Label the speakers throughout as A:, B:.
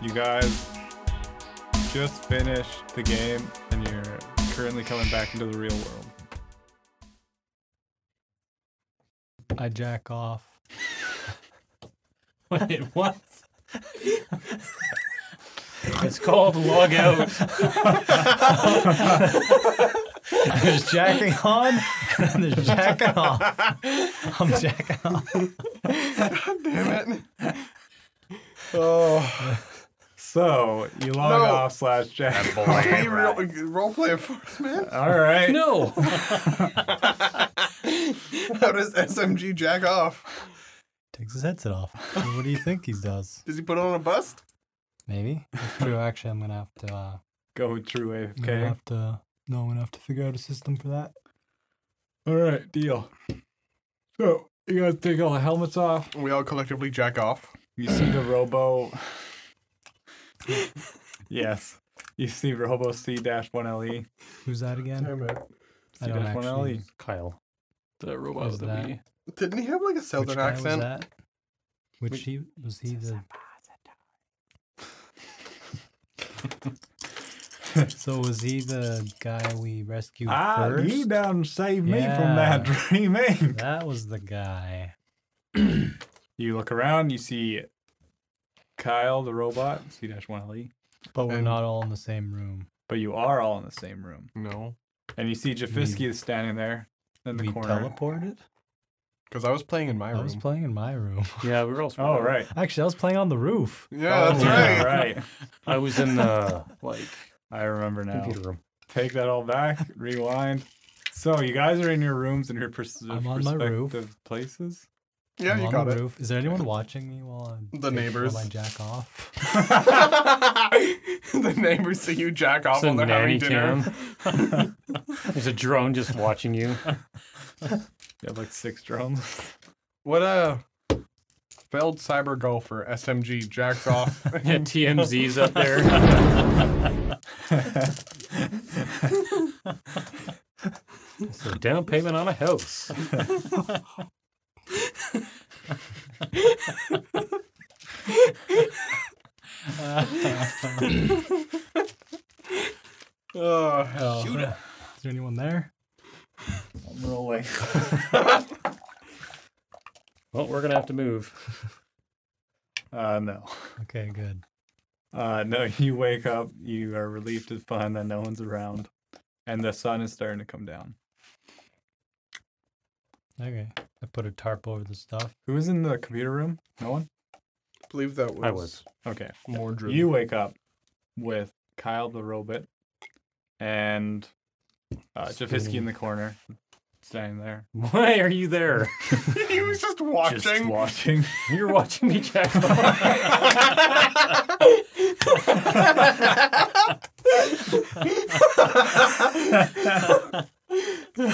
A: You guys just finished the game and you're currently coming back into the real world.
B: I jack off.
C: Wait, what? it's called log out.
B: There's jacking on, and there's jacking off. I'm jacking off.
A: Damn it. Oh. So you log
D: No.
A: off slash jack.
D: Hey, real, roleplay it for us, man.
A: All right.
C: No.
D: How does SMG jack off?
B: Takes his headset off. I mean, what do you think he does?
D: Does he put on a bust?
B: Maybe. That's true. Actually, I'm gonna have to. Uh,
A: Go true
B: I'm gonna
A: AFK.
B: have to. No, I'm gonna have to figure out a system for that.
C: All right, deal. So you guys take all the helmets off.
D: We all collectively jack off.
A: You see the robo. yes. You see robo C 1LE.
B: Who's that again?
D: Damn it.
B: I don't
A: C-1LE.
B: actually.
C: Kyle. The
B: Who's
C: robot that
B: that?
C: we.
D: Didn't he have like a
B: Which
D: southern
B: guy was
D: accent?
B: that? Which
D: Which-
B: he was he the? so was he the guy we rescued
A: Ah,
B: first?
A: you done saved me from that dreaming.
B: That was the guy.
A: You look around, you see Kyle the robot, C 1LE,
B: But we're
D: And-
B: not all in the same room.
A: but you are all in the same room.
D: No.
A: And you see Jafisky is standing there in the
B: we
A: corner.
B: teleported.
D: Because I was playing in my
B: I was
D: room.
B: playing in my room.
C: Yeah, we were all.
A: oh, right.
B: Actually, I was playing on the roof.
D: yeah, that's
C: Oh,
A: Yeah,
D: right.
C: yeah.
A: right.
C: I was in the like
A: I remember now.
C: computer room.
A: Take that all back, rewind. So you guys are in your rooms and your pers-
B: I'm on my roof.
A: respective places.
D: Yeah,
B: I'm
D: you
B: on
D: got
B: the
D: it.
B: roof. Is there anyone watching me while I'm
D: The
B: taking-
D: neighbors.
B: While I jack off.
D: the neighbors see you jack off
C: It's a
D: while they're
C: nanny
D: having dinner.
C: cam. There's a drone just watching you.
A: You have like six drones.
D: What a failed cyber golfer SMG jacks off.
C: Yeah, TMZ's up there. so down payment on a house.
D: oh hell.
B: Is there anyone there?
A: I'm rolling.
C: Well, we're gonna have to move.
A: Uh, no.
B: Okay, good.
A: Uh, no, you wake up, you are relieved to find that no one's around, and the sun is starting to come down.
B: Okay. I put a tarp over the stuff.
A: Who was in the computer room? No one?
D: believe that was,
C: I was.
A: Okay.
D: more driven.
A: You wake up with Kyle the robot and uh, Jafisky in the corner, standing there.
C: Why are you there?
D: he was just
A: Just
D: watching.
A: watching.
C: You're watching me jack off.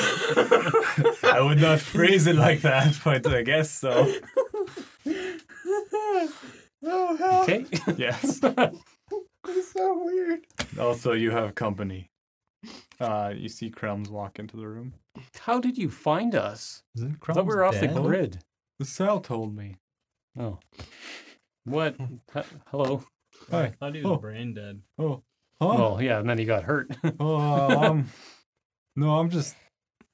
A: I would not phrase it like that, but I guess so.
D: oh hell,
C: Okay.
A: Yes.
D: it's so weird.
A: Also, you have company. Uh, you see Crumbs walk into the room.
C: How did you find us?
B: Isn't
C: I thought we were off the grid.
A: The cell told me.
C: Oh. What?
A: Hmm.
C: H- Hello.
A: Hi.
E: I thought he
A: was
E: was
A: Oh.
E: brain dead.
A: Oh.
C: Oh, yeah, and then he got hurt.
A: Oh, um, no, I'm just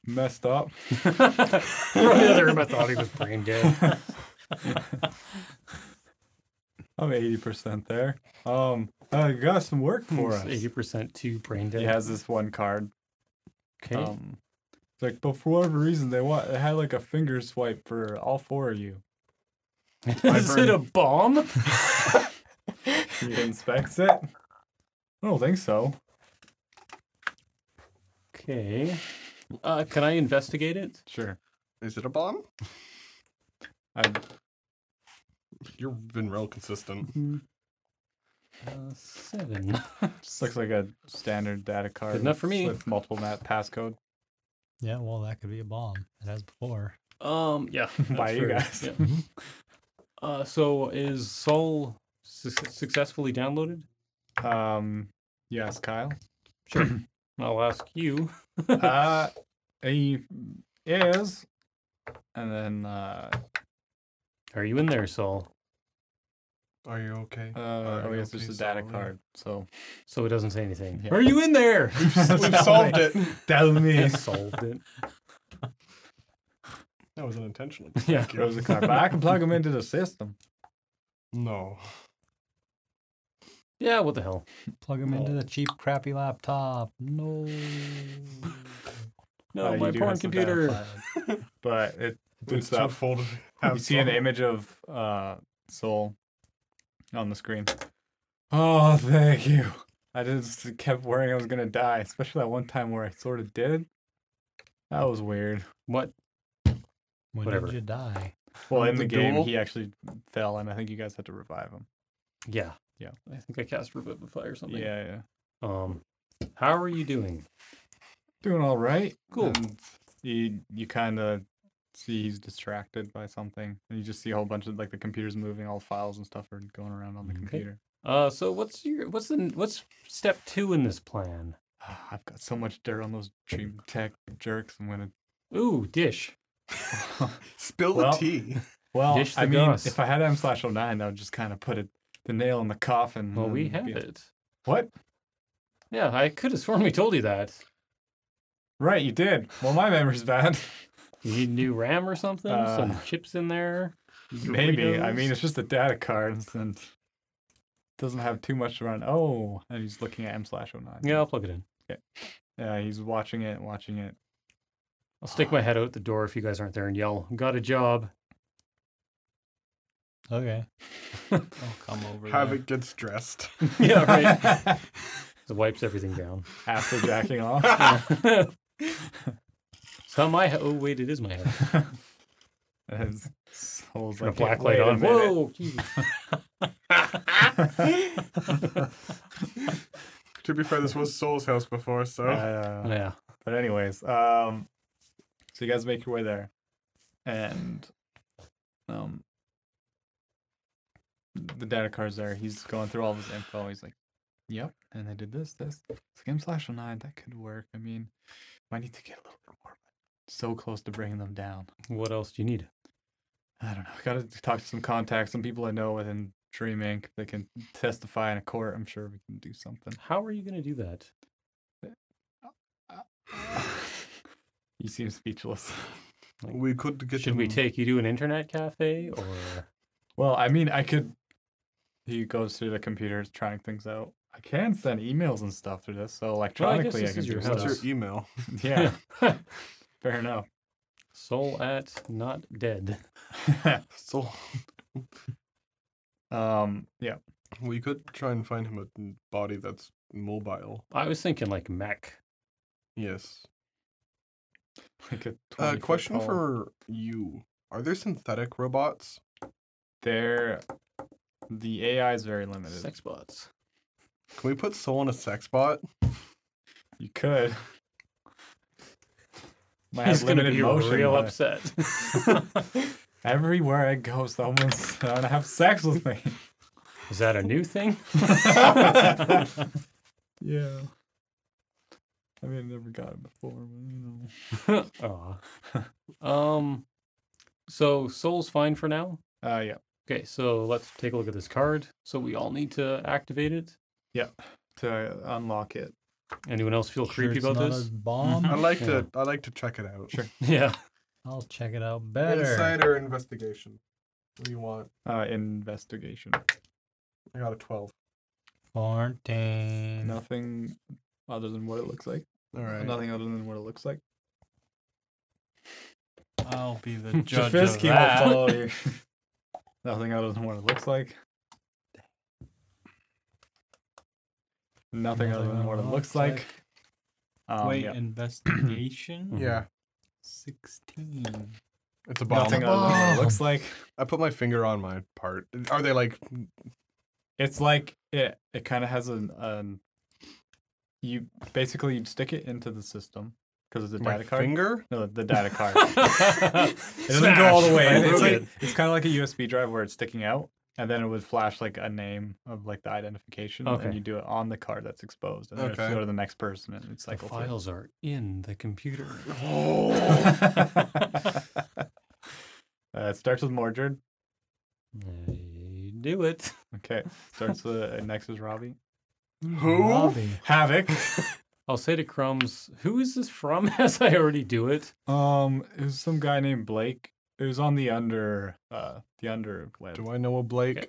A: messed up.
C: Probably the other room I thought he was brain dead.
A: I'm 80% there. Um, I got some work for us.
C: Hmm, Eighty percent to brain dead.
A: He has this one card.
C: okay.
A: Um, it's like, but for whatever reason, they want it had like a finger swipe for all four of you.
C: Is it a bomb?
A: He inspects it. I don't think so.
C: Okay. Uh, can I investigate it?
A: Sure.
D: Is it a bomb?
A: I
D: You've been real consistent.
C: Uh, seven.
A: just looks like a standard data card.
C: enough for me.
A: With multiple map passcode.
B: Yeah, well, that could be a bomb. It has before.
C: Um. Yeah.
A: By
C: that's
A: you
C: fair.
A: guys. Mm-hmm.
C: Yeah. Uh, so is Soul su- successfully downloaded?
A: Um, yes, Kyle.
C: Sure. I'll ask you.
A: uh, he is, and then uh,
C: Are you in there, Soul?
D: Are you okay?
A: Uh,
D: Are
A: oh,
D: you
A: yes, it's
D: okay,
A: a data
D: Solomon?
A: card. So
C: So it doesn't say anything.
A: Yeah.
C: Are you in there?
D: We've solved it.
B: Tell me.
C: solved it.
D: That was unintentional.
C: Yeah.
D: Thank you.
A: throws the card. But I can plug them into the system.
D: No.
C: Yeah, what the hell?
B: Plug them into the cheap, crappy laptop. No.
C: No,
A: Uh, you
C: my
A: do
C: porn
A: have some
C: computer.
A: data But it boots
D: It's
A: up.
D: twofold.
A: You see an image of uh, Soul on the screen. Oh, thank you. I just kept worrying I was gonna die, especially that one time where I sort of did. That was weird.
C: What?
B: When
C: Whatever.
B: did you die?
A: Well,
D: From
A: in
D: the
A: the game,
D: duel?
A: he actually fell, and I think you guys had to revive him.
C: Yeah.
A: Yeah.
C: I think I cast Revivify or something.
A: Yeah, yeah.
C: Um, how are you doing?
A: Doing all right.
C: Cool.
A: And you you kind of see he's distracted by something, and you just see a whole bunch of like the computer's moving, all the files and stuff are going around on the
B: Okay.
A: computer.
C: Uh, so what's your what's the what's step two in this plan?
A: "Ah, I've got so much dirt on those dream tech jerks. I'm gonna
C: Ooh, dish.
D: Spill
A: Well,
D: the tea.
A: Well,
C: Dish
A: I
C: the
A: mean,
C: goss.
A: if I had M slash 09, I would just kind of put it, the nail in the coffin.
C: Well, we
A: and
C: have
A: be-
C: it.
A: What?
C: Yeah, I could have sworn we told you that.
A: Right, you did. Well, my memory's bad.
C: You need new RAM or something?
A: Uh,
C: Some chips in there?
A: Maybe. I mean,
C: Doritos?
A: it's just a data card and doesn't have too much to run. Oh, and he's looking at M slash 09.
C: Yeah, I'll plug it in.
A: Yeah, he's watching it, watching it.
C: I'll stick my head out the door if you guys aren't there and yell, "Got a job!"
B: Okay. I'll come over.
D: Have
B: there.
D: it gets dressed.
C: yeah, right. It wipes everything down.
A: After jacking off.
C: so my he- oh wait, it is my head.
A: And his soul's
C: Turn a
A: like,
C: black
A: "Wait
C: light
A: a
C: on.
A: minute."
C: Whoa! Jesus.
D: to be fair, this was Soul's house before, so
A: Uh,
C: yeah.
A: But anyways, um, so you guys make your way there, and um, the data card's there. He's going through all of his info. He's like, "Yep," and they did this, this. It's like M slash oh nine. That could work. I mean, might need to get a little bit more, but so close to bringing them down.
C: What else do you need?
A: I don't know. I gotta talk to some contacts, some people I know within Dream Inc. that can testify in a court. I'm sure we can do something.
C: How are you going to do that?
A: you seem speechless.
D: we could get.
C: Should we
D: them-
C: take you to an internet cafe or?
A: Well, I mean, I could. He goes through the computers, trying things out. I can send emails and stuff through this, so electronically
C: this
A: I can
C: is
A: do
C: your
A: stuff.
D: What's your
C: house.
D: email?
A: Yeah, fair enough.
C: Soul at not dead.
D: Soul.
A: um, yeah,
D: We could try and find him a body that's mobile.
C: I was thinking like mech.
D: Yes.
A: like a 20
D: Uh,
A: foot
D: question
A: tall-
D: for you: Are there synthetic robots?
A: there. The AI is very limited.
C: Sex bots.
D: Can we put Soul in a sex bot?
A: You could. Might
C: He's
A: have
C: going to
A: limited
C: be
A: motion.
C: real
A: but
C: upset.
A: Everywhere I go, someone's trying to have sex with me.
C: Is that a new thing?
A: Yeah. I mean, I never got it before, but you know.
C: Aw. Um, so Soul's fine for now.
A: Uh, yeah.
C: Okay, so let's take a look at this card. So we all need to activate it.
A: To unlock it.
C: Anyone else feel
B: Sure
C: creepy
B: it's
C: about
B: not
C: this?
B: A bomb.
D: I like
C: Yeah.
D: to. I like to check it out.
A: Sure.
C: Yeah.
B: I'll check it out better.
D: Insider investigation. What do you want?
A: Uh, investigation.
D: I got a twelve.
A: Mm.
B: Fourteen.
A: Nothing other than what it looks like.
D: All right.
A: Nothing other than what it looks like.
B: I'll be the judge of
A: Jafisky
B: that.
A: will follow you. Nothing other than what it looks like. Nothing other than what it looks like.
D: Oh,
A: Um,
B: Wait,
A: yeah.
B: investigation.
D: Yeah,
B: Sixteen.
D: it's a bomb.
A: Nothing other than what it looks like.
D: I put my finger on my part. Are they like?
A: It's like it. It kind of has an, an. You basically you'd stick it into the system because it's a
D: My
A: data card.
D: finger?
A: No, the data card.
C: it
A: It doesn't go all the way. in. It's,
D: broke
A: like, it's kind of like a USB drive where it's sticking out, and then it would flash like a name of like the identification,
C: Okay.
A: and you do it on the card that's exposed, and then
D: Okay.
A: it's go to the next person, and it's
C: The
A: cycle through.
C: files are in the computer.
A: uh, it starts with Mordred.
C: Uh, do it.
A: Okay. Starts the uh, next is Robbie.
D: Who?
B: Robbie.
A: Havoc.
C: I'll say to Crumbs, "Who is this from?" As I already do it.
A: Um, it was some guy named Blake. It was on the under uh the underweb.
D: Do I know a Blake?
C: Okay.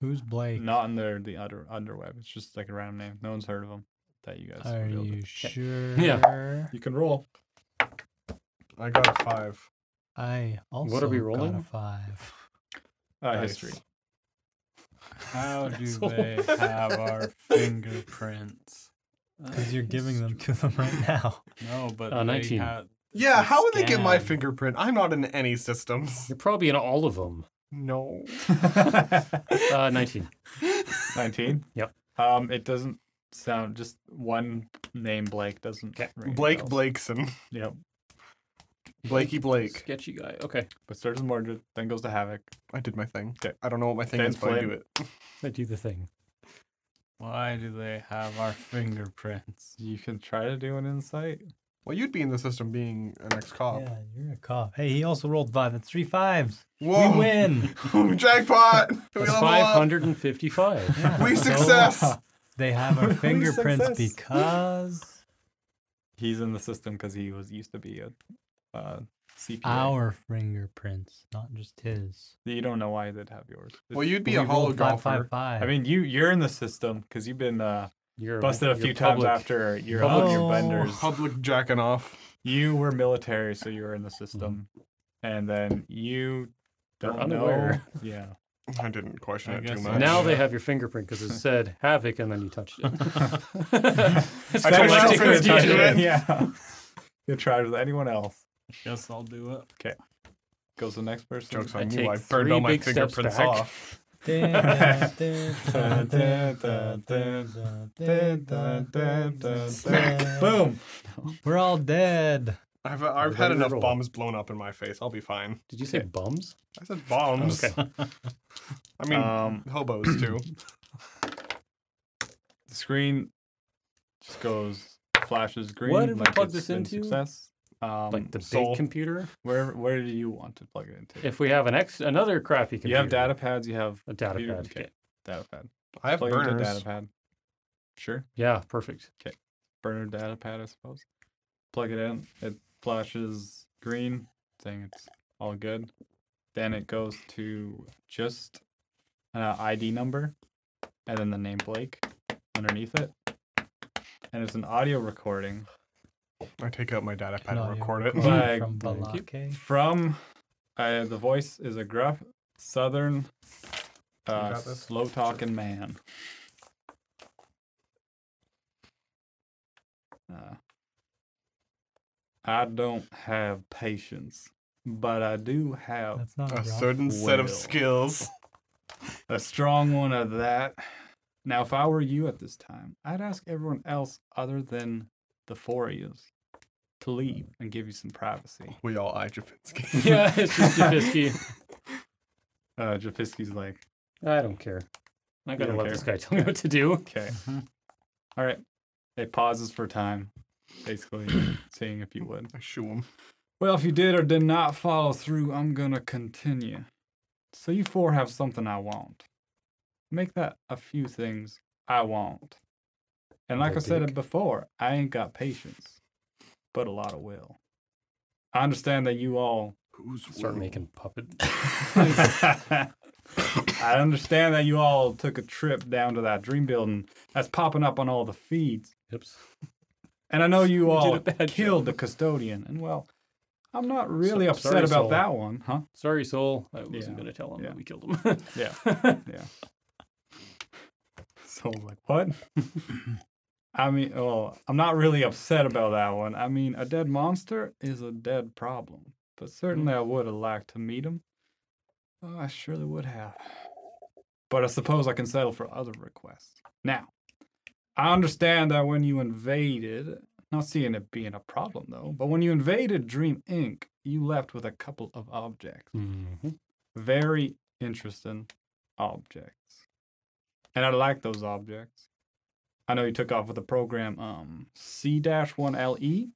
B: Who's
D: Mm,
B: Blake?
A: Not in the the under underweb. It's just like a random name. No one's heard of him. That you guys
B: Are
A: revealed it.
B: you sure?
A: You can roll.
D: I got a five.
B: I also
C: What are we
B: got
C: rolling?
B: a five.
A: Uh,
D: Nice.
A: History.
B: How
C: do they
B: have our
E: fingerprints?
B: Because you're giving them to them right now.
E: No, but
C: Uh,
E: they
C: 19.
E: had-
D: Yeah, how would they get my
E: Scam.
D: fingerprint? I'm not in any systems.
C: You're probably in all of them.
D: No.
C: Uh, Nineteen.
A: Nineteen.
C: Yep.
A: Um, it doesn't sound just one name. Blake doesn't.
C: Okay.
A: ring any
D: Blake
A: bells.
D: Blakeson.
A: Yep.
D: Blakey Blake.
C: Sketchy guy. Okay,
A: But starts with Mordred, then goes to Havoc.
D: I did my thing.
A: Okay.
D: I don't know what my thing
A: Then
D: is, but I
A: Flynn.
D: do it.
C: I do the thing.
E: Why do they have our fingerprints?
A: You can try to do an insight.
D: Well, you'd be in the system being an ex-cop.
B: Yeah, you're a cop. Hey, he also rolled five. That's three fives.
D: Whoa!
B: We win.
D: Jackpot! we
C: That's
D: level up!
C: 555.
B: Yeah.
D: We
B: So uh,
D: success!
A: Wow.
B: They have our
A: We
B: fingerprints
A: success.
B: because
A: He's in the system because he was used to be a uh, CPA.
B: our fingerprints, not just his.
A: You don't know why he did have yours.
D: Well, you'd be
B: We
D: a hollow
B: rolled five,
D: golfer.
B: five, five.
A: I mean, you you're in the system because you've been uh,
C: You're
A: busted a
C: you're
A: few times
C: public.
A: after you're on your
B: Oh.
A: benders.
D: Public jacking off.
A: You were military, so you were in the system, and then you
C: Mm-hmm. You're
A: don't know.
C: unaware.
A: Yeah.
D: I didn't question
E: I
D: it
E: guess
D: too
E: so.
D: much.
C: Now they have your fingerprint because it said havoc and then you touched it. It's
A: I don't
C: kinda
D: Touch
A: like to
C: taking
D: touched it for
A: touch
D: the touch
C: DNA.
A: it.
D: it.
A: Yeah. Good try with anyone else.
E: Guess I'll do it.
A: Goes the next person.
D: Jokes
C: I
D: on
C: take
D: you. I burned
C: three
D: all my
C: big steps
D: fingerprints
C: back.
D: off.
B: Dun, dun, dun, dun, dun, dun, dun, dun, dun, dun, dun, dun.
A: Boom.
B: We're all dead.
D: I've, uh, I've
C: Let
D: had
C: it
D: enough
C: roll.
D: bombs blown up in my face. I'll be fine.
C: Did you say bums?
D: I said bombs.
C: Okay.
D: I mean,
A: Um,
D: hobos too.
A: The screen just goes flashes green.
C: What did we
A: like
C: plug
A: it's
C: this
A: been
C: into?
A: Success. Um,
C: Like the
D: soul.
C: big computer?
A: where where do you want to plug it into?
C: If we have an ex another crappy computer.
A: you have data pads, you have
C: A data
A: computer-
C: pad.
A: okay, data pad.
D: I have
A: Plug it into a data
D: burners.
A: pad. Sure.
C: Yeah, perfect.
A: burner data pad, I suppose. Plug it in, it flashes green, saying it's all good. Then it goes to just an ID number and then the name Blake underneath it. And it's an audio recording
D: I take out my data pad
B: No,
D: and
B: you
D: record it.
A: record. Like,
B: from
C: thank you.
B: Balake.
A: from uh, the voice is a gruff southern uh,
D: got this?
A: slow talking man. Uh, I don't have patience, but I do have
B: That's not
D: A
B: rough.
D: certain set of
A: Well.
D: skills.
A: a strong one of that. Now, if I were you at this time, I'd ask everyone else other than the four of you to leave and give you some privacy.
D: We all eye Javinsky.
C: Yeah, it's just Jafisky.
A: Uh, Jafiski's like,
C: I don't care. I'm going to
A: don't
C: let
A: care?
C: this guy tell me what to do.
A: Okay. All right. It pauses for time, basically seeing if you would.
D: I shoo him.
A: Well, if you did or did not follow through, I'm going to continue. So you four have something I want. Make that a few things I want. And like I said it before, I ain't got patience, but a lot of will. I understand that you all
D: Who's
C: Start making puppet.
A: I understand that you all took a trip down to that dream building that's popping up on all the feeds.
C: Oops.
A: And I know you
C: did
A: all
C: a bad
A: killed
C: job.
A: the custodian. And well, I'm not really
C: So-
A: upset
C: sorry,
A: about
C: Saul.
A: that one, huh?
C: Sorry, Soul. I wasn't
A: Yeah,
C: going to tell him
A: yeah.
C: that we killed him.
A: Yeah. Yeah. so like what? I mean, well, I'm not really upset about that one. I mean, a dead monster is a dead problem, but certainly I would have liked to meet him. Oh, I surely would have. But I suppose I can settle for other requests. Now, I understand that when you invaded, not seeing it being a problem though, but when you invaded Dream Inc., you left with a couple of objects
C: Mhm.
A: very interesting objects. And I like those objects. I know you took off with the program um, C 1LE. E,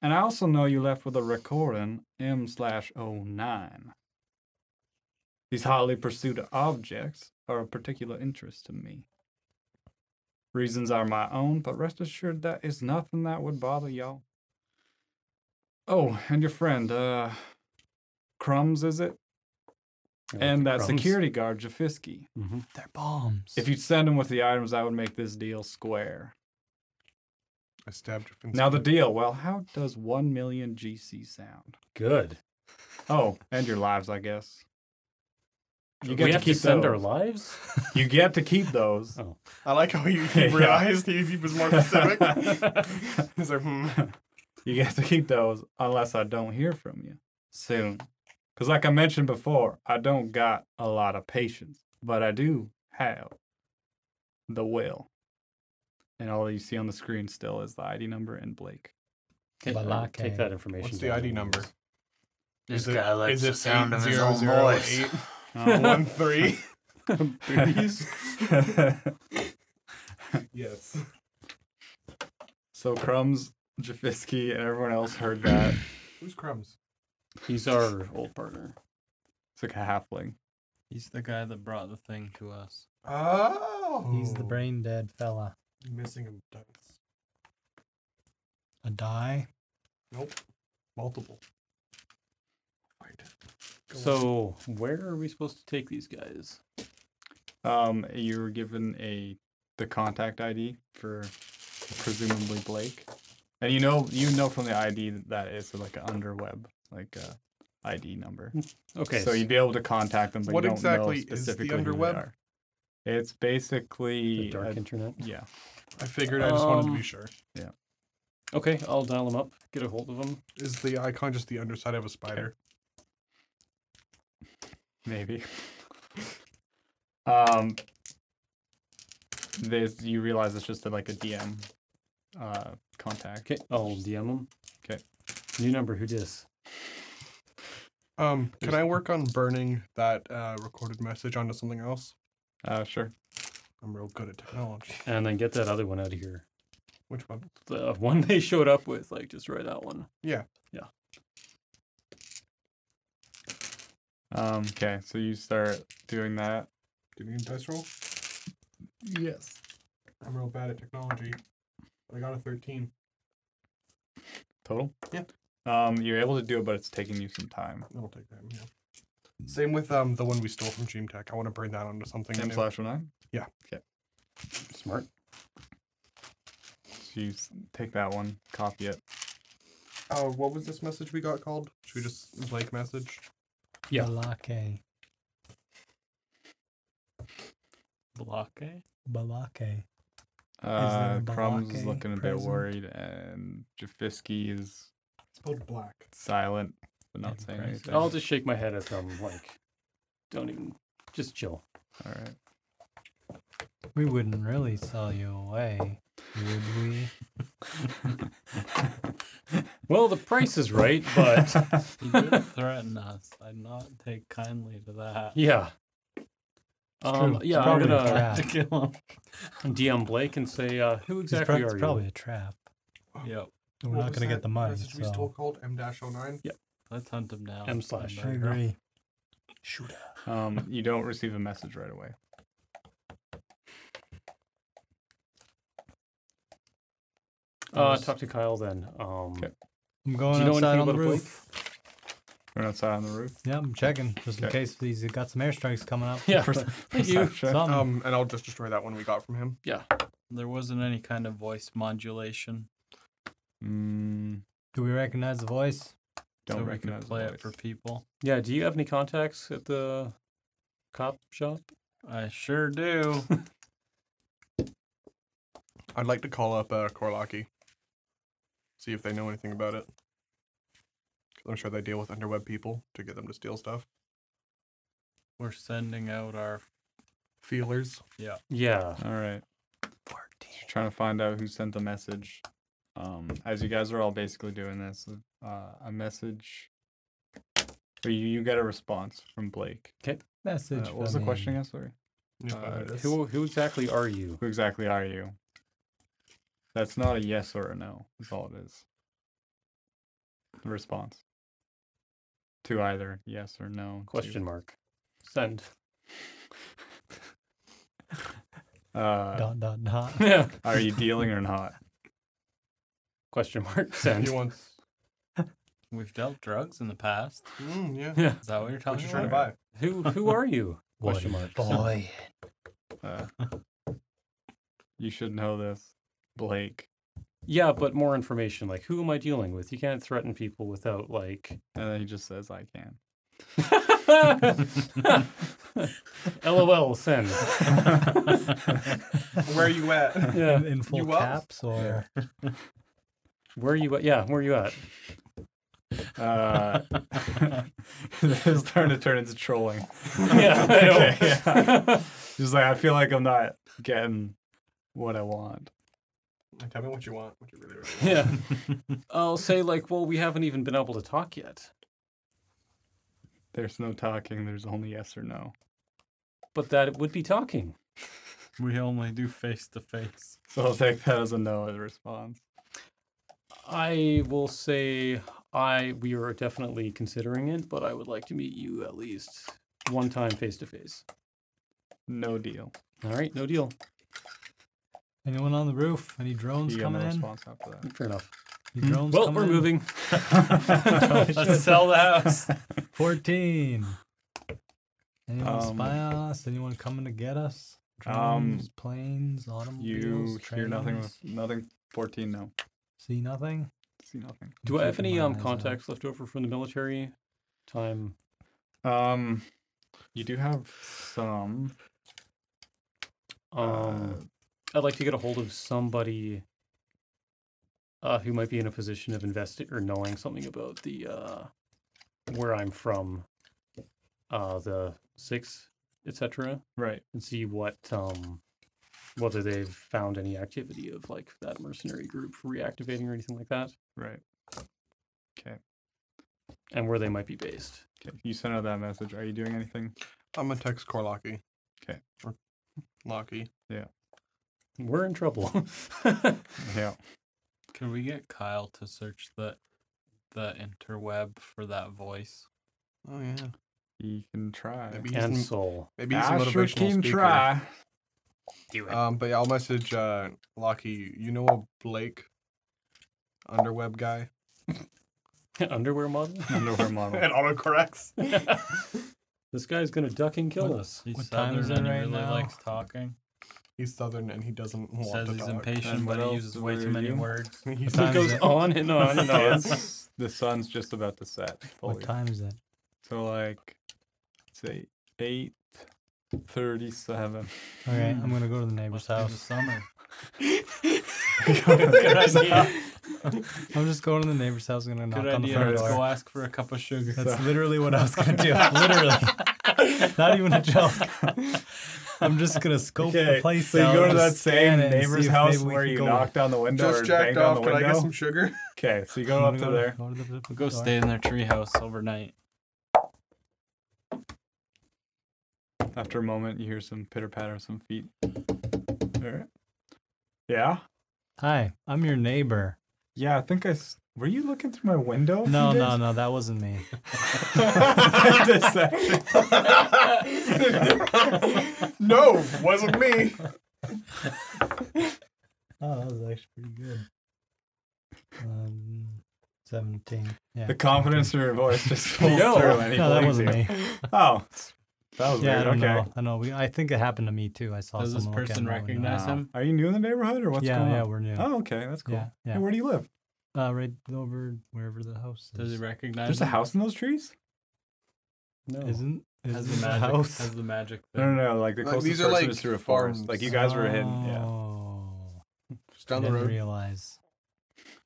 A: And I also know you left with a recording M slash 09. These hotly pursued objects are of particular interest to me. Reasons are my own, but rest assured that is nothing that would bother y'all. Oh, and your friend, uh, Crumbs, is it? and that security guard, Jafisky.
C: Mm-hmm.
B: They're bombs.
A: If you'd send him with the items, I would make this deal square.
D: I stabbed your fence.
A: Now, the deal. Well, how does 1 million GC sound?
B: good.
A: Oh, and your lives, I guess. You
C: we have to send our
A: those.
C: lives.
A: You get to keep those.
C: Oh.
D: I like how you
A: Yeah.
D: realized he, he was more specific. He's like, hmm.
A: you get to keep those unless I don't hear from you soon. Because, like I mentioned before, I don't got a lot of patience, but I do have the will. And all that you see on the screen still is the ID number and Blake.
C: Take, uh,
B: Balake.
C: take that information.
D: What's the
C: down.
D: ID number?
E: This
D: Is it-
E: guy likes
D: is
E: the
D: it
E: sound of his own voice.
D: 80008?
A: Uh,
D: One three.
A: Please.
D: yes.
A: so Crumbs, Jafisky, and everyone else heard that.
D: Who's crumbs?
C: He's our old partner.
A: It's like a halfling.
E: He's the guy that brought the thing to us.
D: Oh,
B: He's the brain dead fella.
D: Missing him. dice.
B: A die.
D: Nope. Multiple. Right. Go on.
C: So where are we supposed to take these guys?
A: Um, you were given a the contact ID for presumably Blake, and you know you know from the ID that that is like an underweb like a ID number.
C: Okay.
A: so you'd be able to contact them. But
D: What
A: you don't
D: exactly
A: know
D: is the
A: specifically who they
D: underweb?
A: are. It's
C: the
A: basically
C: dark
A: a-
C: internet.
A: yeah.
D: I figured. I just wanted to
C: Um,
D: be sure.
C: Okay, I'll dial them up. Get a hold of them.
D: Is the icon just the underside of a spider?
A: Maybe. um, this you realize it's just a, like a DM uh, contact.
C: Okay, Oh, I'll DM them.
A: 'Kay.
C: New number. Who dis?
D: Um, can I work on burning that uh, recorded message onto something else?
A: Uh, sure.
D: I'm real good at technology.
C: And then get that other one out of here.
D: Which one?
C: The one they showed up with, like just write that one.
A: Um, okay, so you start doing that.
D: Do you need a dice roll?
A: Yes.
D: I'm real bad at technology. I got a 13.
A: Total.
D: Yeah.
A: Um, you're able to do it, but it's taking you some time.
D: I'll take that. Yeah. Same with um the one we stole from Dream Tech. I want to burn that onto something.
A: Ten
D: new.
A: slash or nine.
C: Smart.
A: So you s- take that one, copy it.
D: Oh, what was this message we got called? Should we just Blake message?
C: Yeah.
B: Balake.
C: Balake.
B: Balake.
A: Uh,
B: a
A: Crumbs is
B: Balake
A: looking a bit
B: present?
A: worried, and Jafisky is
D: Spelled black.
A: silent but not
B: Maybe
A: saying
B: present.
A: anything.
C: I'll just shake my head at them. Like, don't even. Just chill.
A: All right.
B: We wouldn't really sell you away, would we?
C: Well, the price is right, but
E: He did threaten us. I'd not take kindly to that.
C: yeah. Um,
B: true. It's
C: yeah, I'm
B: probably a
C: gonna
B: trap.
E: To kill him.
C: DM Blake and say, uh, who
B: It's
C: exactly
B: prob-
C: are
B: it's
C: you?
B: probably a trap.
E: Yep.
B: We're not going to get the money.
D: Message we stole
B: So.
D: called oh M 09.
E: Let's hunt him down.
C: M slash.
B: I
E: Burn him.
B: agree.
A: Um, you don't receive a message right away.
C: Uh, talk to Kyle then. Um,
B: I'm
C: do
B: going
C: you know
B: outside
C: anything
B: on the
C: about Blake?
B: roof.
A: We're outside on the roof.
B: Yeah, I'm checking just in
A: Okay.
B: case these got some airstrikes coming up.
C: Yeah.
A: Perce-
C: Thank you.
A: perception.
B: Some.
D: Um, and I'll just destroy that one we got from him.
E: There wasn't any kind of voice modulation,
A: Mm,
B: Do we recognize the voice?
A: don't
E: so we
A: recognize
E: could
A: the
E: play it
A: voice.
E: for people.
C: Yeah, do you have any contacts at the cop shop?
E: I sure do.
D: I'd like to call up uh, Korlaki. See if they know anything about it. 'Cause I'm sure they deal with underweb people to get them to steal stuff.
E: We're sending out our
D: Feelers.
C: Yeah.
A: All right. Just trying to find out who sent the message. Um, as you guys are all basically doing this, uh, a message. Or you, you get a response from Blake. Uh,
B: Message.
A: what was the
B: from
A: question
B: him.
A: again? Sorry.
D: If I
C: Uh,
D: know this.
C: who who exactly are you?
A: Who exactly are you? That's not a yes or a no. That's all it is. The response to either yes or no. to-
C: Question mark. Send.
A: Uh,
B: dot dot dot.
C: Yeah.
A: are you dealing or not?
C: Question mark.
D: He
C: Send.
D: wants.
E: We've dealt drugs in the past.
D: Mm, yeah.
C: Yeah.
E: Is that what you're
D: What
E: talking
D: you trying to
E: about?
D: buy?
C: Who who are you? Question mark. Send.
B: Boy.
A: Uh, you should know this, Blake.
C: Yeah, but more information. Like, who am I dealing with? You can't threaten people without like.
A: And then he just says, "I can."
C: LOL. Send.
D: Where are you at?
C: Yeah.
B: In full
D: You up?
B: caps or
C: Where are you at? Yeah. Where are you at?
A: Uh, this is starting to turn into trolling.
C: Yeah. I know.
A: Okay, yeah. Just like I feel like I'm not getting what I want.
D: Tell me what you want. What you really, really want.
C: Yeah. I'll say like, well, we haven't even been able to talk yet.
A: There's no talking. There's only yes or no.
C: But that would be talking.
E: We only do face to face.
A: So I'll take that as a no as a response.
C: I will say I we are definitely considering it, but I would like to meet you at least one time face to face.
A: No deal.
C: All right, no deal.
B: anyone on the roof? Any drones
A: You get no
B: coming in?
A: response after that.
C: Fair enough.
B: Any drones
C: well,
B: coming
C: we're
B: in?
C: moving.
E: Let's sell the house.
B: 14. Anyone
A: Um,
B: spy on us? Anyone coming to get us?
A: Um,
B: Drones, planes, automobiles,
A: You hear nothing.
B: trains?
A: Nothing. Fourteen. No.
B: See nothing? uh,
A: See nothing.
B: I'm
C: Do I have
B: keeping
C: any
B: my
C: um
B: eyes out.
C: contacts left over from the military time?
A: Um, you do have some.
C: Um, I'd like to get a hold of somebody uh, who might be in a position of investing or knowing something about the uh, where I'm from, uh, the six, etc.
A: Right.
C: and see what um whether they've found any activity of like that mercenary group reactivating or anything like that
A: Right.
C: and where they might be based
A: Okay. You sent out that message. Are you doing anything?
D: I'm gonna text Corlocky.
A: 'Kay.
D: Or Locky.
C: we're in trouble
A: Yeah.
E: Can we get Kyle to search the the interweb for that voice?
D: Oh yeah.
A: You can try.
D: Maybe he's,
C: and
D: m-
C: soul
D: maybe he's a
A: I sure
D: motivational
A: can
D: speaker.
A: try.
D: Um, but yeah, I'll message uh, Locky. You know a Blake, underweb guy.
C: underwear model
A: Underwear model.
D: autocorrects.
C: this guy's gonna duck and kill
E: What-
C: us
E: He's
B: What time is
E: Southern
B: it
E: and he
B: right
E: really
B: now?
E: likes talking.
D: He's southern and he doesn't want
E: Says
D: to
E: he's
D: talk.
A: And
E: impatient,
A: what
E: but he
A: else
E: uses
A: do
E: way
A: we
E: too many
A: do?
E: words.
D: He's
B: What
C: it
B: time is
C: goes
B: it?
C: on and on and on
A: It's- the sun's just about to set.
B: What
A: fully.
B: time is it?
A: So like, say eight thirty-seven.
B: Okay, I'm gonna go to the neighbor's
E: Must be the
B: house.
E: summer.
B: I'm just going to the neighbor's house. I'm gonna knock
E: Good
B: on the
E: idea.
B: front
E: Let's
B: door.
E: go ask for a cup of sugar.
B: That's literally what I was gonna do. literally, not even a joke. I'm just gonna scope the place
A: so you
B: out,
A: go to that
B: just
A: same
B: scan it and
A: neighbor's
B: see if
A: house
B: maybe we
A: where
B: can
A: you
B: go-
A: knocked on the window
D: just
A: or
D: jacked
A: banged on
D: off.
A: the
D: Can I
A: window.
D: get some sugar?
A: Okay, so you go up
B: I'm
A: to
B: gonna go
A: there.
B: go to the- the
E: We'll go
B: door.
E: stay in their treehouse overnight.
A: After a moment, you hear some pitter patter of some feet. All right. Yeah.
B: Hi, I'm your neighbor.
A: Yeah, I think I. s- Were you looking through my window? a few
B: No,
A: days
B: no, no, that wasn't me.
A: Deception.
D: no, wasn't me.
B: Oh, that was actually pretty good. Um, 17. Yeah.
A: the confidence in your voice just pulled
C: Yo.
A: through. And he
B: No, that
A: believes
B: wasn't
A: you.
B: me.
A: Oh, that was
B: Yeah, I
A: weird.
B: don't
A: okay.
B: know. I know. We, I think it happened to me too. I saw
E: Does this
B: someone look at
E: person
B: my window.
E: recognize
A: Wow.
E: him?
A: Are you new in the neighborhood or what's
B: yeah,
A: going
B: yeah,
A: on?
B: we're new.
A: Oh, okay. That's cool.
B: Yeah,
A: Hey,
B: yeah.
A: where do you live?
B: Uh, right over wherever the house is.
E: Does he recognize?
A: There's a
E: him?
A: house in those trees?
C: no
B: Isn't
E: Has
B: is
E: the
B: this a
E: magic?
B: house?
E: Has the magic?
A: No,
E: thing.
A: no, no. Like the
D: Like,
A: closest
D: these are,
A: person
D: like,
A: is through a forest. Like you guys were hidden. Yeah.
B: Oh,
D: Just down the
B: didn't
D: road.
B: Realize.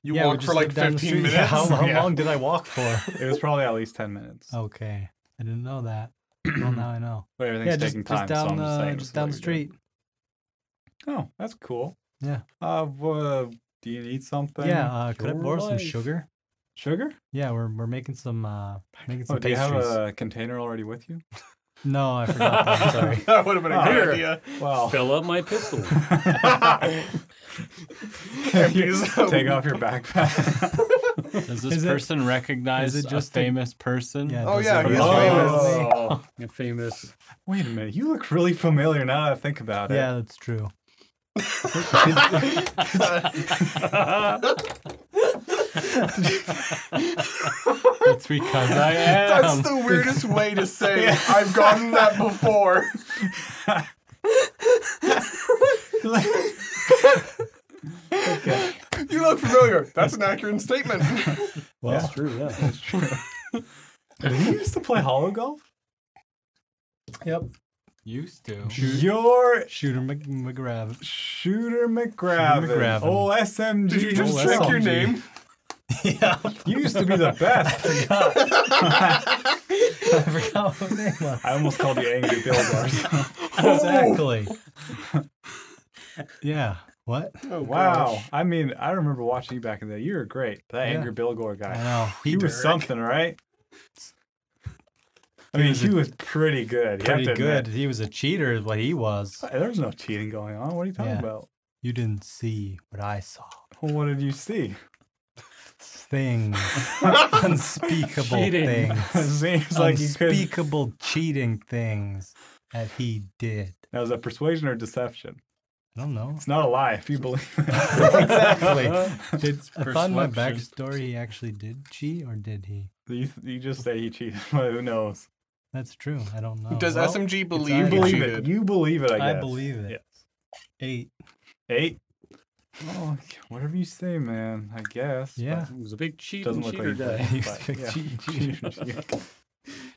D: You
B: Yeah, we
D: walked for
B: just
D: like
B: lived down the
D: 15
B: street.
D: minutes.
B: Yeah, Oh. how how
D: Yeah.
B: long did I walk for?
A: It was probably at least ten minutes.
B: okay, I didn't know that. Well, now I know.
A: But everything's
B: yeah, just,
A: taking time.
B: just down
A: so I'm
B: the
A: just, saying this
B: just
A: is
B: down
A: what
B: the
A: you're doing.
B: street.
A: Oh, that's cool.
B: Yeah.
A: Uh, wha- do you need something?
B: Yeah, uh, could I
C: Your
B: borrow some
C: life.
B: sugar?
A: Sugar?
B: Yeah, we're we're making some uh making some
A: Oh, do you have
B: pastries.
A: a container already with you?
B: No, I forgot that. Sorry.
D: that would have been a
A: Here.
D: good idea.
A: Well,
C: fill up my pistol
A: take
D: Empties out.
A: off your backpack.
E: Does this
B: Is it-
E: person recognize
B: is it
E: a
B: just a-
E: famous person?
B: Yeah,
D: Oh,
B: does
D: yeah,
B: it-
D: he's
B: Oh.
A: Oh,
C: A famous.
A: wait a minute. You look really familiar now that I think about it.
B: Yeah, that's true.
E: That's because I am.
D: That's the weirdest way to say I've gotten that before. You look familiar. That's an accurate statement.
C: Well, that's true. Yeah.
A: That's true. Did he used to play hollow golf?
E: Used to.
A: You're
B: Shooter Mc- McGrav.
A: Shooter McGravin.
B: McGravin.
A: Oh, SMG.
D: Did you just
A: Oh,
D: check
A: SMG.
D: your name?
B: yeah,
A: You used to be the best.
B: I forgot what name was.
A: I almost called you Angry Bill Oh, Garston.
B: Exactly. yeah. What?
D: Oh,
A: Wow. I mean, I remember watching you back in the day. You were great. That
B: Yeah.
A: Angry Bill Gore guy.
B: I know.
A: he was something, right? I mean, he was pretty good. You have
B: Pretty
A: to
B: good.
A: admit.
B: He was a cheater, is what he was.
A: There was no cheating going on. What are you talking
B: Yeah.
A: about?
B: You didn't see what I saw.
A: Well, what did you see?
B: Things. Unspeakable
C: Cheating.
A: It
B: things.
A: seems like you could.
B: Unspeakable cheating things that he did.
A: That was a persuasion or deception.
B: I don't know.
A: It's not a lie if you believe that.
B: exactly.
C: Uh,
B: Did,
E: It's
B: I thought in my
E: perception.
B: backstory he actually did cheat, or did he?
A: you, you just say he cheated, but who knows?
B: That's true. I don't know.
D: Does
B: Well,
D: SMG
B: I
A: You
D: believe he
A: believe it.
D: cheated?
A: You believe it, I
B: I
A: guess.
B: believe it.
A: Yes.
B: Eight.
A: Eight. Oh, whatever you say, man. I guess. but
B: Yeah.
C: It was a big cheat
A: Doesn't
C: and
A: look
C: cheater
A: like
C: day.
A: he-
B: He's
A: but,
B: a
A: yeah.
B: cheat- cheater,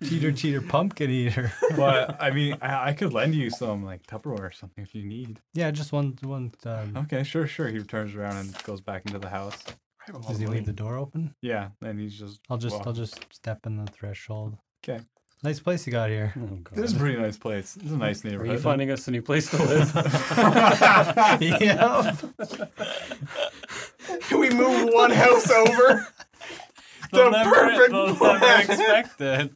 B: cheater, cheater, pumpkin eater.
A: but I mean, I, I could lend you some like Tupperware or something if you need.
B: Yeah, just one, one. Um,
A: Okay, sure, sure. He turns around and goes back into the house.
D: I have a lot
B: does
D: of
B: he
D: money.
B: leave the door open?
A: Yeah, and he's just.
B: I'll just,
A: Well.
B: I'll just step in the threshold.
A: 'Kay.
B: Nice place you got here.
C: Oh, God.
A: This is a pretty nice place. This is a nice
C: Are you
A: neighborhood. Uh,
C: finding us a new place to live?
B: yeah.
D: we move one house over?
E: They'll
D: The perfect
E: they'll never
D: plan.
E: expect it.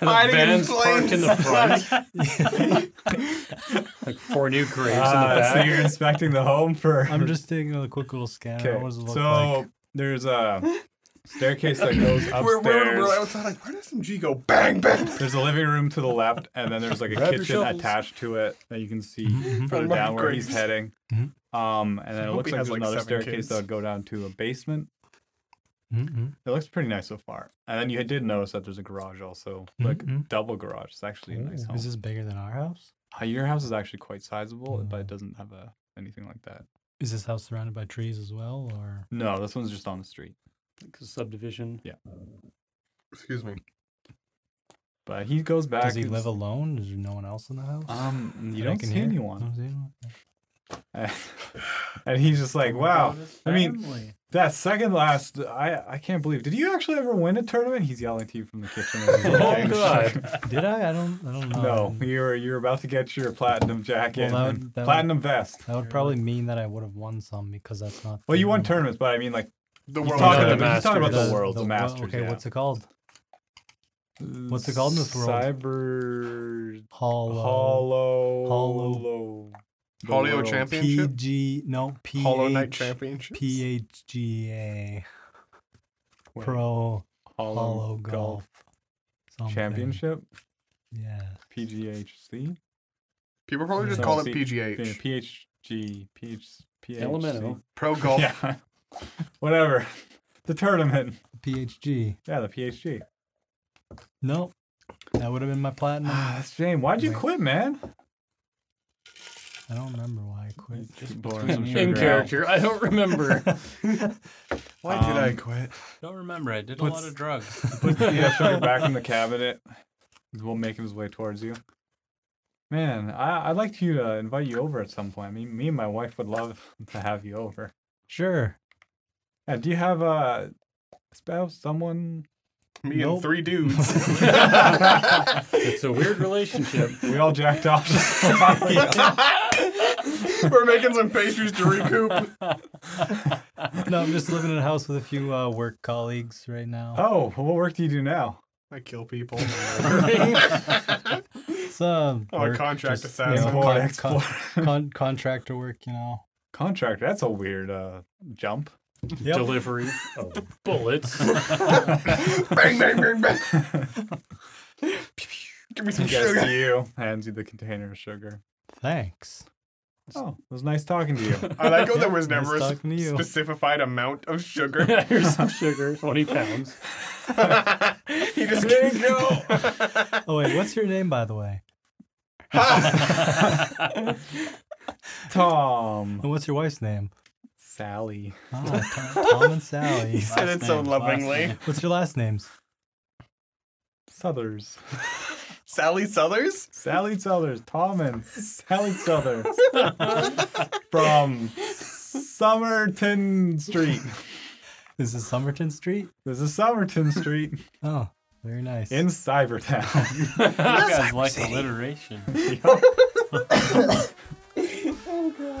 D: Hiding in
C: Vans parked in the
D: plain
C: front. like four new graves in the
A: Ah,
C: back.
A: so you're inspecting the home for.
B: I'm just taking a quick little scan.
A: Okay.
B: What does it look
A: so
B: like?
A: there's a staircase that goes upstairs.
D: We're, we're, we're outside like, where did SMG go? Bang, bang.
A: There's a living room to the left, and then there's like a
D: Grab your
A: kitchen
D: shovels.
A: attached to it that you can see
B: Mhm.
A: further
D: my
A: down where he's
D: grace.
A: heading.
B: Mhm.
A: Um, and then it
D: hope
A: looks
D: he
A: like
D: has,
A: there's
D: like,
A: another
D: seven
A: staircase
D: kids.
A: that would go down to a basement.
B: Mhm.
A: It looks pretty nice so far. And then you did notice that there's a garage also, like
B: Mhm.
A: double garage. It's actually a nice
B: Ooh,
A: home.
B: Is this bigger than our house?
A: Uh, Your house is actually quite sizable, but
B: Mm.
A: it doesn't have a anything like that.
B: Is this house surrounded by trees as well, or?
A: No, this one's just on the street.
C: Like a subdivision.
D: Excuse me.
A: But he goes back.
B: Does he
A: it's-
B: live alone? Is there no one else in the house?
A: Um, you
B: that I
A: don't
B: can
A: see
B: hear? I
A: anyone.
B: don't see anyone.
A: and he's just like, wow. I mean,
E: Family.
A: That second last, I I can't believe. Did you actually ever win a tournament? He's yelling to you from the kitchen. as he's
C: Oh,
A: walking.
C: God.
B: Did I? I don't. I don't know.
A: No,
B: Um,
A: you're you're about to get your platinum jacket,
B: Well, that
A: and
B: would- that would-
A: platinum vest.
B: That would probably mean that I would have won some because that's not.
A: Well,
B: the
A: you won
B: one-
A: tournaments, but I mean like
D: The
A: he's
D: world.
A: talking,
C: the
A: about, he's talking about the
C: Masters.
A: world, the,
B: wo-
A: masters.
B: Okay,
A: yeah.
B: what's it called? what's it called in this world?
A: Cyber
B: Hollow.
A: Hollow
B: Hollow-
A: the
D: Hollow
A: world.
D: Championship?
B: PG. No. P.
D: Hollow Knight Championship?
A: Wait,
B: PHGA. Pro
A: Hollow,
B: Hollow
A: Golf
B: Golf. something.
A: Championship
B: Yeah.
A: PGHC.
D: People probably just
A: No,
D: call it
A: P- Yeah,
D: PGH.
A: PHG, PH, PHC.
C: Elemental.
D: Pro Golf.
A: Yeah. Whatever. The tournament.
B: PHG.
A: Yeah, the PHG.
B: Nope. That would have been my platinum.
A: Ah, that's a shame. Why'd you
B: Wait.
A: quit, man?
B: I don't remember why I quit.
A: Just blowing some
C: In
A: sugar out.
C: character. I don't remember.
D: Why did
B: Um,
D: I quit?
E: Don't remember. I did a
A: What's-
E: lot of drugs.
A: Puts the sugar back in the cabinet. We'll make his way towards you. Man, I, I'd like you to uh, invite you over at some point. I mean, me and my wife would love to have you over.
B: Sure.
A: Yeah, do you have a spouse, someone?
D: Me
B: Nope.
D: and three dudes.
C: it's a weird relationship.
A: We all jacked off.
D: We're making some pastries to recoup.
B: No, I'm just living in a house with a few uh, work colleagues right now.
A: oh, what work do you do now?
D: I kill people.
B: It's uh,
D: Oh, a
B: work,
D: contract
B: just,
D: assassin.
B: you
A: Import,
B: know, Uh, con-
A: export.
B: con- contractor work, you know.
A: Contractor. That's a weird uh, jump.
B: Yep.
C: delivery of bullets.
D: bang, bang, bang, bang. Give me some
A: Yes,
D: sugar.
A: you. Hands you the container of sugar.
B: Thanks.
A: Oh, it was nice talking to you.
D: I like how there was
B: nice
D: never a
B: talking to you.
D: specified amount of sugar.
C: Here's some sugar, 20 pounds.
D: he just didn't go.
B: Oh wait, what's your name by the way?
A: Tom.
B: And what's your wife's name?
A: Sally.
B: Oh, Tom, Tom and Sally.
D: he said
E: Last
D: it so
E: name, last
D: lovingly.
E: name.
B: What's your last names?
A: Southers.
D: Sally Southers?
A: Sally Southers. Tom and Sally Southers. From Somerton Street.
B: This is Somerton Street.
A: This is Somerton Street
B: Oh, very nice.
A: in Cybertown.
E: you guys like alliteration.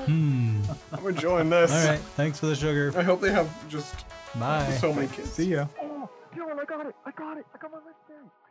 B: hmm.
D: I'm enjoying this.
B: All right. Thanks for the sugar.
D: I hope they have just
B: Bye.
D: so many kids.
A: See ya.
F: Dylan, I got it. I got it. I got my list down.